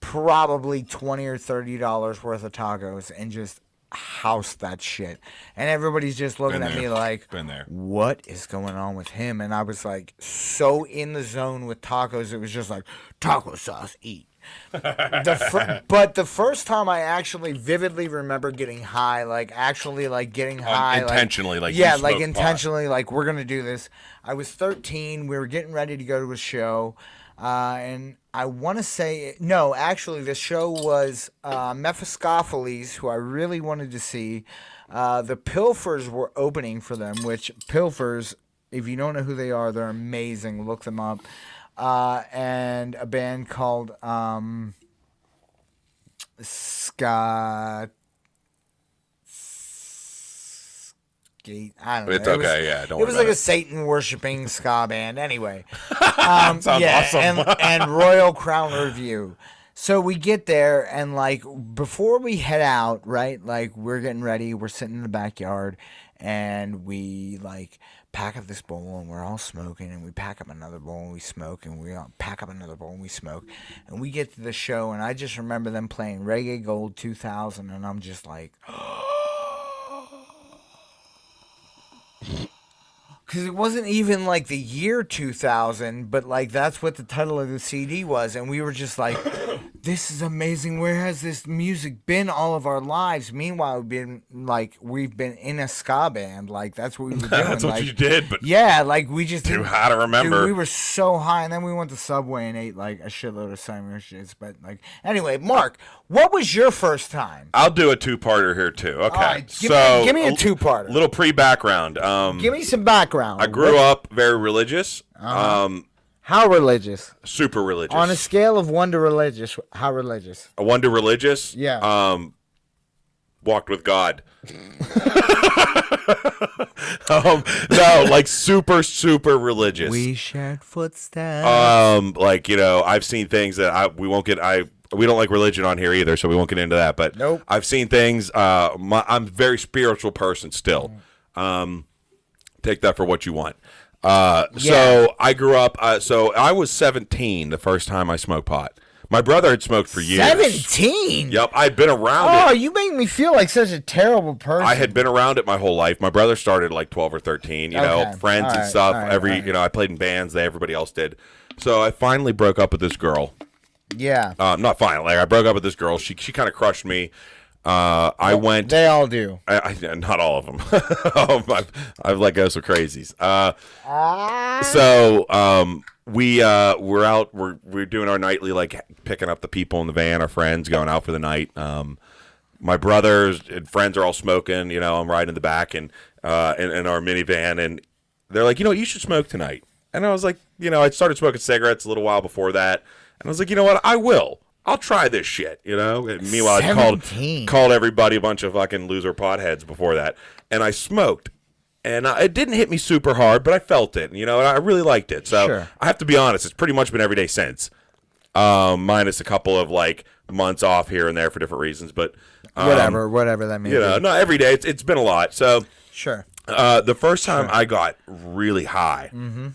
[SPEAKER 2] probably 20 or 30 dollars worth of tacos and just housed that shit. And everybody's just looking
[SPEAKER 1] Been
[SPEAKER 2] at
[SPEAKER 1] there.
[SPEAKER 2] me like,
[SPEAKER 1] Been there.
[SPEAKER 2] what is going on with him? And I was like so in the zone with tacos, it was just like taco sauce, eat. the fir- but the first time I actually vividly remember getting high, like actually like getting high, like-
[SPEAKER 1] Um, intentionally, like you
[SPEAKER 2] yeah, like
[SPEAKER 1] smoked pot.
[SPEAKER 2] intentionally, like we're gonna do this. I was 13. We were getting ready to go to a show. Uh, and I want to say no. Actually, the show was uh, Mephistopheles, who I really wanted to see. Uh, the Pilfers were opening for them, which Pilfers, if you don't know who they are, they're amazing. Look them up. Uh, and a band called um, Scott. Skate. I don't know.
[SPEAKER 1] It's
[SPEAKER 2] It was-
[SPEAKER 1] okay, yeah, don't
[SPEAKER 2] it
[SPEAKER 1] worry
[SPEAKER 2] was
[SPEAKER 1] about
[SPEAKER 2] like a
[SPEAKER 1] it.
[SPEAKER 2] Satan worshipping ska band. Anyway, um,
[SPEAKER 1] Sounds
[SPEAKER 2] yeah,
[SPEAKER 1] awesome.
[SPEAKER 2] and, and Royal Crown Review. So we get there, and like before we head out, right? Like we're getting ready, we're sitting in the backyard, and we like pack up this bowl, and we're all smoking, and we pack up another bowl, and we smoke, and we all pack up another bowl, and we smoke, and we get to the show, and I just remember them playing Reggae Gold 2000, and I'm just like, because it wasn't even like the year 2000 but like that's what the title of the cd was and we were just like this is amazing where has this music been all of our lives meanwhile we've been like we've been in a ska band like that's what we were doing
[SPEAKER 1] That's what
[SPEAKER 2] like-
[SPEAKER 1] you did, but
[SPEAKER 2] yeah like we just
[SPEAKER 1] too
[SPEAKER 2] didn't-
[SPEAKER 1] high to remember.
[SPEAKER 2] Dude, we were so high, and then we went to Subway and ate like a shitload of sandwiches. But like, anyway, Mark, what was your first time?
[SPEAKER 1] I'll do a two-parter here too. Okay,
[SPEAKER 2] right, give me-
[SPEAKER 1] so
[SPEAKER 2] give me a
[SPEAKER 1] l-
[SPEAKER 2] two-parter.
[SPEAKER 1] Little pre-background. Um,
[SPEAKER 2] Give me some background.
[SPEAKER 1] I grew up very religious,
[SPEAKER 2] Uh-huh.
[SPEAKER 1] um,
[SPEAKER 2] How religious?
[SPEAKER 1] super religious.
[SPEAKER 2] On a scale of one to religious, how religious?
[SPEAKER 1] I wonder religious.
[SPEAKER 2] Yeah.
[SPEAKER 1] Um, walked with God. um, no, like super, super religious.
[SPEAKER 2] We shared footsteps.
[SPEAKER 1] um, like you know, I've seen things that I we won't get. I we don't like religion on here either, so we won't get into that. But
[SPEAKER 2] Nope.
[SPEAKER 1] I've seen things. Uh, my, I'm a very spiritual person still.
[SPEAKER 2] Mm.
[SPEAKER 1] Um, take that for what you want. Uh,
[SPEAKER 2] Yeah.
[SPEAKER 1] so I grew up. Uh, so I was 17 the first time I smoked pot. My brother had smoked for years.
[SPEAKER 2] Seventeen.
[SPEAKER 1] Yep, I'd been around
[SPEAKER 2] Oh,
[SPEAKER 1] it.
[SPEAKER 2] you make me feel like such a terrible person.
[SPEAKER 1] I had been around it my whole life. My brother started at like 12 or 13, you know,
[SPEAKER 2] Okay.
[SPEAKER 1] friends
[SPEAKER 2] All
[SPEAKER 1] and
[SPEAKER 2] right,
[SPEAKER 1] stuff.
[SPEAKER 2] all right,
[SPEAKER 1] Every,
[SPEAKER 2] all right.
[SPEAKER 1] you know, I played in bands, they everybody else did. So I finally broke up with this girl.
[SPEAKER 2] yeah,
[SPEAKER 1] Uh, not finally, I broke up with this girl. She she kind of crushed me. Uh, I went
[SPEAKER 2] they all do.
[SPEAKER 1] I, I, not all of them. um, I've, I've let go some crazies. Uh, so um, we uh, we're out. We're we're doing our nightly like picking up the people in the van, our friends going out for the night. Um, my brothers and friends are all smoking. You know, I'm riding in the back and uh, in, in our minivan, and they're like, you know, what, you should smoke tonight. And I was like, you know, I started smoking cigarettes a little while before that, and I was like, you know what, I will. I'll try this shit, you know. And meanwhile, I
[SPEAKER 2] Seventeen.
[SPEAKER 1] called called everybody a bunch of fucking loser potheads before that, and I smoked, and I, it didn't hit me super hard, but I felt it, you know, and I really liked it. So
[SPEAKER 2] Sure.
[SPEAKER 1] I have to be honest, it's pretty much been every day since, um, minus a couple of like months off here and there for different reasons, but um,
[SPEAKER 2] Whatever, whatever that means.
[SPEAKER 1] you know, not every day. It's, it's been a lot. So
[SPEAKER 2] Sure.
[SPEAKER 1] uh, the first time I got really high
[SPEAKER 2] Mm-hmm.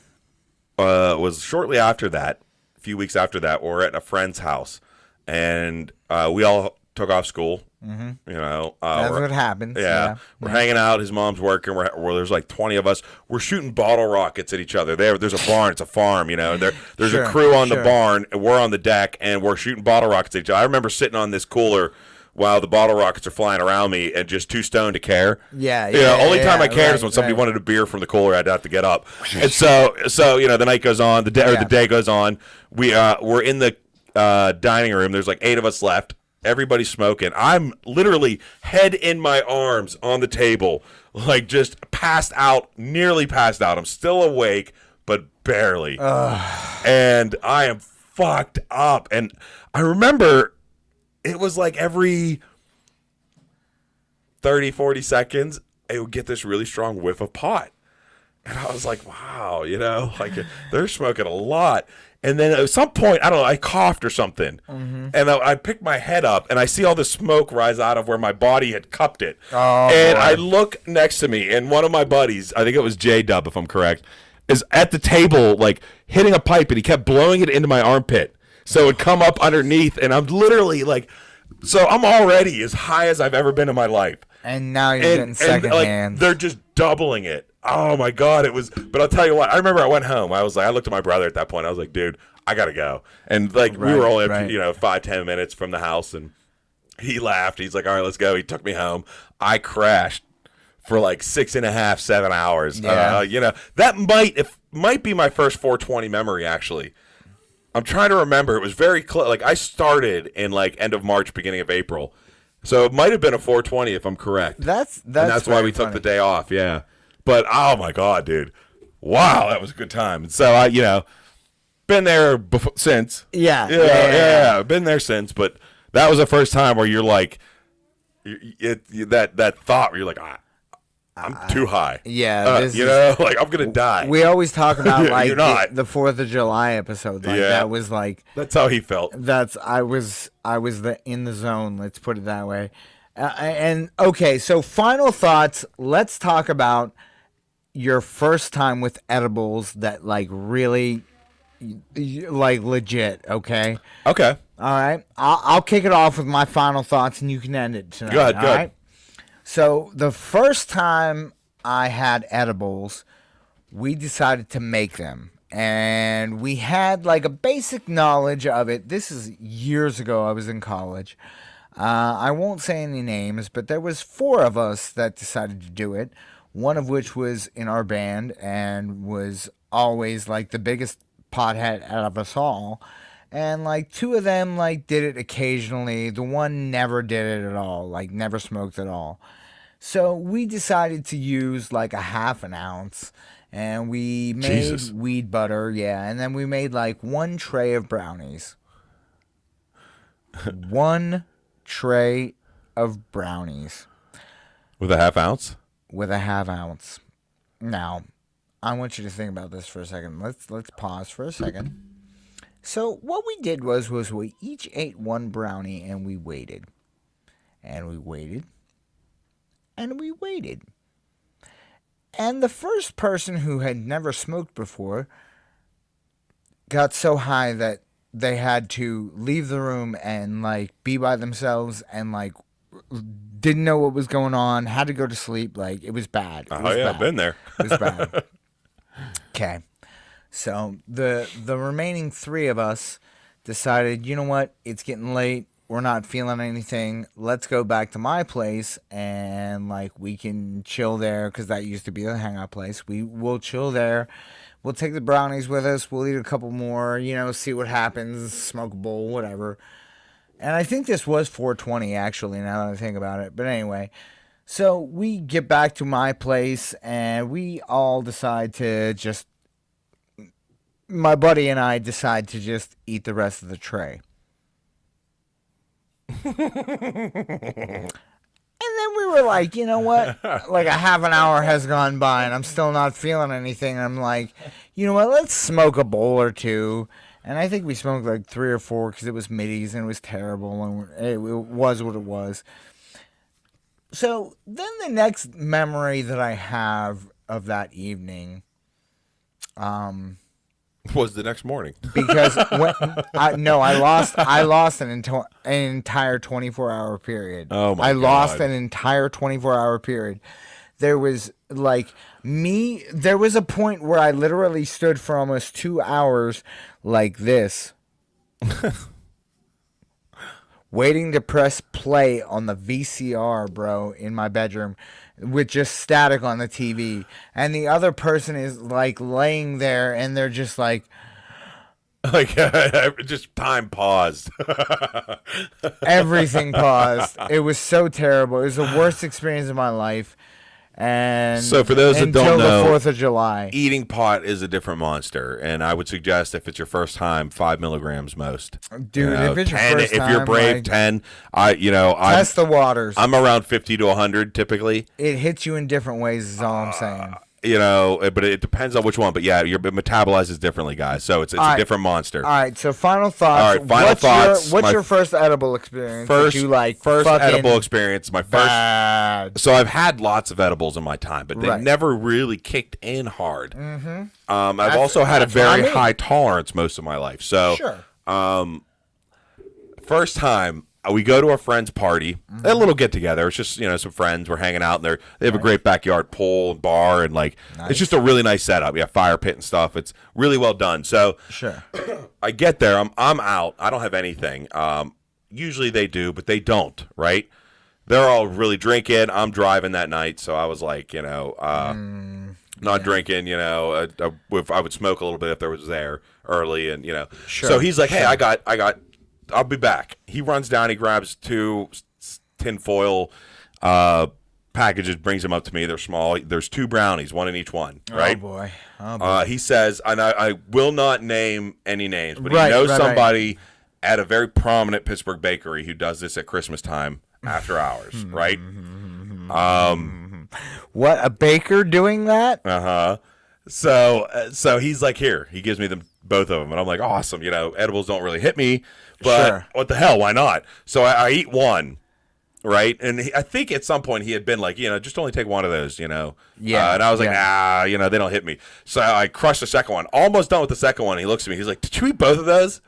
[SPEAKER 1] uh, was shortly after that, a few weeks after that. We were at a friend's house, and uh, we all took off school. Mm-hmm. You know, uh,
[SPEAKER 2] That's
[SPEAKER 1] we're-
[SPEAKER 2] what happens.
[SPEAKER 1] yeah,
[SPEAKER 2] Yeah.
[SPEAKER 1] we're hanging out. His mom's working. We're, we're- there's like 20 of us. We're shooting bottle rockets at each other. There, there's a barn. It's a farm, you know. There, there's
[SPEAKER 2] Sure,
[SPEAKER 1] a crew on
[SPEAKER 2] sure.
[SPEAKER 1] the barn, and we're on the deck, and we're shooting bottle rockets at each other. I remember sitting on this cooler. While the bottle rockets are flying around me, and just too stoned to care.
[SPEAKER 2] Yeah,
[SPEAKER 1] You
[SPEAKER 2] yeah,
[SPEAKER 1] know, only time
[SPEAKER 2] yeah,
[SPEAKER 1] I cared
[SPEAKER 2] right,
[SPEAKER 1] is when somebody
[SPEAKER 2] right.
[SPEAKER 1] wanted a beer from the cooler. I'd have to get up, and so, so you know, the night goes on, the day or
[SPEAKER 2] Yeah.
[SPEAKER 1] the day goes on. We uh, we're in the uh, dining room. There's like eight of us left. Everybody's smoking. I'm literally head in my arms on the table, like just passed out, nearly passed out. I'm still awake, but barely. And I am fucked up. And I remember it was like every 30, 40 seconds, it would get this really strong whiff of pot. And I was like, wow, you know, like they're smoking a lot. And then at some point, I don't know, I coughed or something.
[SPEAKER 2] Mm-hmm.
[SPEAKER 1] And I, I picked my head up and I see all this smoke rise out of where my body had cupped it.
[SPEAKER 2] Oh,
[SPEAKER 1] and
[SPEAKER 2] boy.
[SPEAKER 1] I look next to me, and one of my buddies, I think it was J Dub, if I'm correct, is at the table, like hitting a pipe and he kept blowing it into my armpit. So it would come up underneath. And I'm literally like, so I'm already as high as I've ever been in my life
[SPEAKER 2] And now you're getting
[SPEAKER 1] and, and like,
[SPEAKER 2] secondhand.
[SPEAKER 1] they're just doubling it. Oh my god, it was. But I'll tell you what. I remember I went home. I was like, I looked at my brother at that point. I was like, dude, I gotta go. And like we were
[SPEAKER 2] Right,
[SPEAKER 1] only
[SPEAKER 2] right.
[SPEAKER 1] you know five ten minutes from the house, and he laughed. He's like, all right, let's go. He took me home. I crashed for like six and a half, seven hours.
[SPEAKER 2] Yeah.
[SPEAKER 1] Uh, you know that might if might be my first 420 memory actually. I'm trying to remember. It was very close. Like I started in like end of March, beginning of April, so it might have been a 420 if I'm correct.
[SPEAKER 2] That's that's,
[SPEAKER 1] and that's why
[SPEAKER 2] very
[SPEAKER 1] we took
[SPEAKER 2] funny.
[SPEAKER 1] the day off. Yeah, but oh my god, dude, wow, that was a good time. And so I, you know, been there before, since.
[SPEAKER 2] Yeah,
[SPEAKER 1] Yeah, yeah, been there since. But that was the first time where you're like, you- it, you- that that thought where you're like, ah, I'm too high.
[SPEAKER 2] Uh, yeah,
[SPEAKER 1] Uh,
[SPEAKER 2] this
[SPEAKER 1] you
[SPEAKER 2] is-
[SPEAKER 1] know, like I'm gonna die.
[SPEAKER 2] We always talk about
[SPEAKER 1] You're
[SPEAKER 2] like the-
[SPEAKER 1] not.
[SPEAKER 2] the Fourth of July episode. Like
[SPEAKER 1] Yeah.
[SPEAKER 2] that was like
[SPEAKER 1] That's how he felt.
[SPEAKER 2] that's I was I was the in the zone. Let's put it that way. Uh, and okay, so final thoughts. Let's talk about your first time with edibles that like really y- y- like legit. Okay,
[SPEAKER 1] Okay.
[SPEAKER 2] all right. I'll, I'll kick it off with my final thoughts, and you can end it tonight.
[SPEAKER 1] Go ahead,
[SPEAKER 2] all
[SPEAKER 1] go ahead.
[SPEAKER 2] right? So the first time I had edibles, we decided to make them. And we had like a basic knowledge of it. This is years ago. I was in college. Uh, I won't say any names, but there was four of us that decided to do it. One of which was in our band and was always like the biggest pothead out of us all. And like two of them like did it occasionally. The one never did it at all. Like never smoked at all. So we decided to use like a half an ounce and we made
[SPEAKER 1] Jesus.
[SPEAKER 2] weed butter, yeah, and then we made like one tray of brownies. one tray of brownies
[SPEAKER 1] With a half ounce.
[SPEAKER 2] with a half ounce. Now, I want you to think about this for a second. Let's let's pause for a second. So what we did was was we each ate one brownie and we waited. And we waited. And we waited. And the first person who had never smoked before got so high that they had to leave the room and like be by themselves and like didn't know what was going on, had to go to sleep. Like it was bad. It
[SPEAKER 1] Oh
[SPEAKER 2] was
[SPEAKER 1] yeah,
[SPEAKER 2] bad.
[SPEAKER 1] been there.
[SPEAKER 2] It was bad. okay. So the the remaining three of us decided, you know what, it's getting late. We're not feeling anything. Let's go back to my place and like we can chill there because that used to be the hangout place. We will chill there. We'll take the brownies with us. We'll eat a couple more, you know, see what happens, smoke a bowl, whatever. And I think this was 420 actually, now that I think about it. But anyway, so we get back to my place and we all decide to just. My buddy and I decide to just eat the rest of the tray. And then we were like, you know what? Like a half an hour has gone by and I'm still not feeling anything. I'm like, you know what? Let's smoke a bowl or two. And I think we smoked like three or four because it was middies and it was terrible and it was what it was. So then the next memory that I have of that evening
[SPEAKER 1] was the next morning.
[SPEAKER 2] because when, I no, I lost I lost an, into, an entire 24 hour period.
[SPEAKER 1] Oh, my
[SPEAKER 2] I lost
[SPEAKER 1] God.
[SPEAKER 2] an entire 24 hour period. There was like me there was a point where I literally stood for almost 2 hours like this waiting to press play on the VCR, bro, in my bedroom with just static on the TV. And the other person is like laying there and they're just like
[SPEAKER 1] like just time paused.
[SPEAKER 2] everything paused. It was so terrible. It was the worst experience of my life. And
[SPEAKER 1] So for those that
[SPEAKER 2] until
[SPEAKER 1] don't know-
[SPEAKER 2] the Fourth of July,
[SPEAKER 1] Eating pot is a different monster, and I would suggest if it's your first time, five milligrams most.
[SPEAKER 2] Dude, if it's your
[SPEAKER 1] 10
[SPEAKER 2] first
[SPEAKER 1] if you're
[SPEAKER 2] time,
[SPEAKER 1] brave,
[SPEAKER 2] like-
[SPEAKER 1] ten. I, you know, I'm
[SPEAKER 2] test the waters.
[SPEAKER 1] I'm around fifty to hundred typically.
[SPEAKER 2] it hits you in different ways. Is all I'm saying.
[SPEAKER 1] You know, eh, but it depends on which one. But yeah, your it metabolizes differently, guys. So it's it's a
[SPEAKER 2] Alright.
[SPEAKER 1] different monster.
[SPEAKER 2] All right. So final thoughts.
[SPEAKER 1] All right, final
[SPEAKER 2] what's
[SPEAKER 1] thoughts.
[SPEAKER 2] Your, what's
[SPEAKER 1] My
[SPEAKER 2] your first edible experience? that
[SPEAKER 1] First,
[SPEAKER 2] you like
[SPEAKER 1] first
[SPEAKER 2] fucking
[SPEAKER 1] edible experience. My first
[SPEAKER 2] bad?
[SPEAKER 1] So I've had lots of edibles in my time, but they
[SPEAKER 2] Right.
[SPEAKER 1] never really kicked in hard. Mm-hmm. Um, I've
[SPEAKER 2] That's-
[SPEAKER 1] also had a
[SPEAKER 2] that's what I
[SPEAKER 1] very
[SPEAKER 2] mean.
[SPEAKER 1] high tolerance most of my life. So
[SPEAKER 2] Sure.
[SPEAKER 1] first time uh, we go to a friend's party, a little get together. It's just you know some friends. We're hanging out, and they they have a great backyard pool and bar, and like it's just a really nice setup. Yeah, fire pit and stuff. It's really well done. So
[SPEAKER 2] Sure.
[SPEAKER 1] I get there. I'm I'm out. I don't have anything. Um, usually they do, but they don't. Right? They're all really drinking. I'm driving that night, so I was like, you know, uh, not drinking. You know, I, I, if I would smoke a little bit if there was there early, and you know. So he's like, "Hey, I got, I got, I'll be back." He runs down. He grabs two s- s- tinfoil uh, packages, brings them up to me. They're small. There's two brownies, one in each one. Right.
[SPEAKER 2] Oh boy. Oh, boy.
[SPEAKER 1] Uh, he says, and I, I will not name any names, but
[SPEAKER 2] Right,
[SPEAKER 1] he knows
[SPEAKER 2] right, right.
[SPEAKER 1] somebody at a very prominent Pittsburgh bakery who does this at Christmas time after hours,
[SPEAKER 2] Hmm.
[SPEAKER 1] right?
[SPEAKER 2] what a baker doing that?
[SPEAKER 1] Uh huh. So, uh, so he's like, here. He gives me them both of them, and I'm like, awesome. You know, edibles don't really hit me, but
[SPEAKER 2] Sure.
[SPEAKER 1] what the hell? Why not? So I, I eat one, right? And he, I think at some point he had been like, you know, just only take one of those, you know.
[SPEAKER 2] Yeah,
[SPEAKER 1] Uh, and I was like,
[SPEAKER 2] yeah.
[SPEAKER 1] ah, you know, they don't hit me. So I crushed the second one. Almost done with the second one. He looks at me. He's like, did you eat both of those?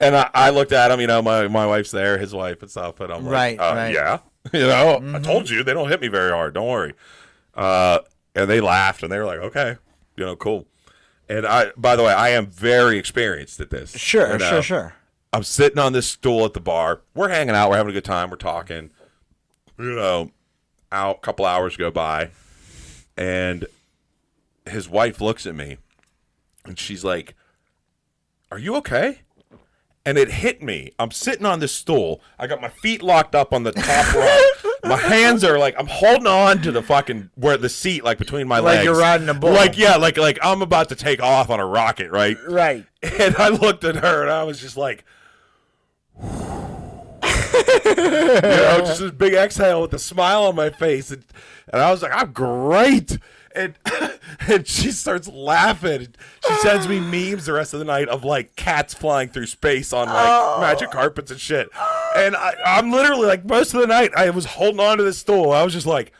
[SPEAKER 1] And I, I looked at him. You know, my my wife's there, his wife and stuff. And I'm
[SPEAKER 2] Right,
[SPEAKER 1] like, uh,
[SPEAKER 2] right. Mm-hmm.
[SPEAKER 1] yeah. You know, I told you they don't hit me very hard. Don't worry uh, and they laughed and they were like, okay, you know, cool. And I, by the way, I am very experienced at this. uh,
[SPEAKER 2] Sure,
[SPEAKER 1] You know,
[SPEAKER 2] sure, sure.
[SPEAKER 1] I'm sitting on this stool at the bar. We're hanging out. We're having a good time. We're talking. You know, out couple hours go by, and his wife looks at me, and she's like, "Are you okay?" And it hit me. I'm sitting on this stool. I got my feet locked up on the top rung. My hands are like I'm holding on to the fucking where the seat like between my legs.
[SPEAKER 2] Like you're riding a bull.
[SPEAKER 1] Like yeah, like like I'm about to take off on a rocket, right?
[SPEAKER 2] Right.
[SPEAKER 1] And I looked at her and I was just like, you know, just this big exhale with a smile on my face. And, and I was like, I'm great. And, and she starts laughing. She sends me memes the rest of the night of like cats flying through space on like
[SPEAKER 2] Oh.
[SPEAKER 1] magic carpets and shit. And I, I'm literally like, most of the night, I was holding on to this stool. I was just like,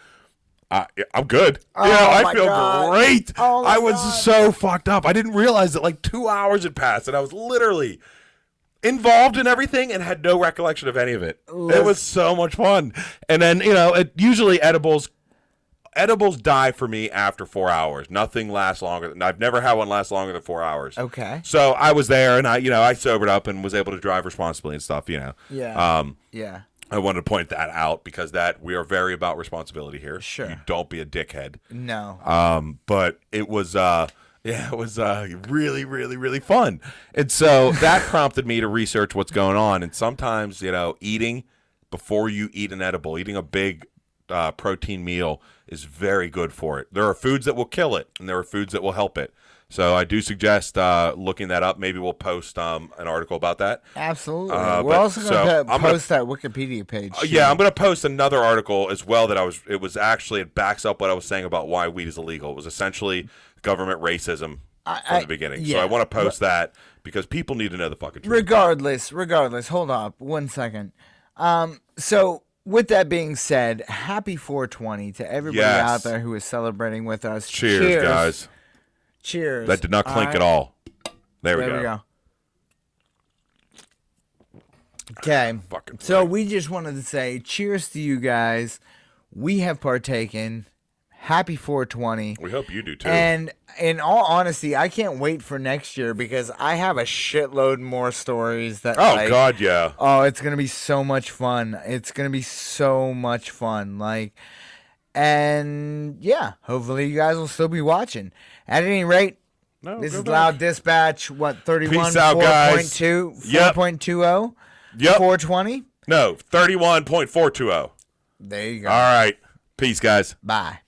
[SPEAKER 1] I, I'm good. Yeah, I
[SPEAKER 2] Oh my
[SPEAKER 1] feel
[SPEAKER 2] God.
[SPEAKER 1] great.
[SPEAKER 2] Oh, my
[SPEAKER 1] I was
[SPEAKER 2] God.
[SPEAKER 1] so fucked up. I didn't realize that like two hours had passed, and I was literally involved in everything and had no recollection of any of it. It was so much fun. And then you know, it, usually edibles edibles die for me after four hours. Nothing lasts longer. Than, I've never had one last longer than four hours.
[SPEAKER 2] Okay.
[SPEAKER 1] So I was there, and I you know I sobered up and was able to drive responsibly and stuff. You know.
[SPEAKER 2] Yeah.
[SPEAKER 1] Um.
[SPEAKER 2] Yeah.
[SPEAKER 1] I wanted to point that out because that we are very about responsibility here.
[SPEAKER 2] Sure.
[SPEAKER 1] You don't be a dickhead.
[SPEAKER 2] No.
[SPEAKER 1] Um, but it was uh yeah, it was uh really, really, really fun. And so that prompted me to research what's going on. And sometimes, you know, eating before you eat an edible, eating a big uh, protein meal is very good for it. There are foods that will kill it and there are foods that will help it. So I do suggest uh, looking that up. Maybe we'll post um, an article about that.
[SPEAKER 2] Absolutely.
[SPEAKER 1] uh,
[SPEAKER 2] We're
[SPEAKER 1] but-
[SPEAKER 2] also going
[SPEAKER 1] so
[SPEAKER 2] to
[SPEAKER 1] I'm gonna-
[SPEAKER 2] post that Wikipedia page.
[SPEAKER 1] Uh, yeah, I'm gonna post another article as well that I was. It was actually it backs up what I was saying about why weed is illegal. It was essentially government racism
[SPEAKER 2] I-
[SPEAKER 1] from
[SPEAKER 2] I-
[SPEAKER 1] the beginning. So
[SPEAKER 2] yeah.
[SPEAKER 1] I want to post that because people need to know the fucking truth.
[SPEAKER 2] regardless, regardless, hold up one second. Um, so with that being said, happy 420 to everybody
[SPEAKER 1] Yes.
[SPEAKER 2] out there who is celebrating with us.
[SPEAKER 1] Cheers, guys.
[SPEAKER 2] Cheers.
[SPEAKER 1] That did not clink at all. There,
[SPEAKER 2] There
[SPEAKER 1] we, go.
[SPEAKER 2] we go. Okay.
[SPEAKER 1] Ah, Fucking
[SPEAKER 2] So we just wanted to say cheers to you guys. We have partaken. Happy 420.
[SPEAKER 1] We hope you do too.
[SPEAKER 2] And in all honesty, I can't wait for next year because I have a shitload more stories that.
[SPEAKER 1] oh
[SPEAKER 2] like,
[SPEAKER 1] God, yeah.
[SPEAKER 2] Oh, it's gonna be so much fun. It's gonna be so much fun. Like, and yeah, hopefully you guys will still be watching. At any rate,
[SPEAKER 1] No,
[SPEAKER 2] this
[SPEAKER 1] Oh, go
[SPEAKER 2] is
[SPEAKER 1] back.
[SPEAKER 2] Loud Dispatch. What thirty-one,
[SPEAKER 1] Peace out, guys.
[SPEAKER 2] 4.2,
[SPEAKER 1] Yep.
[SPEAKER 2] 4.20,
[SPEAKER 1] Yep.
[SPEAKER 2] 420.
[SPEAKER 1] No, thirty-one point four two zero.
[SPEAKER 2] There you go.
[SPEAKER 1] All right. Peace, guys.
[SPEAKER 2] Bye.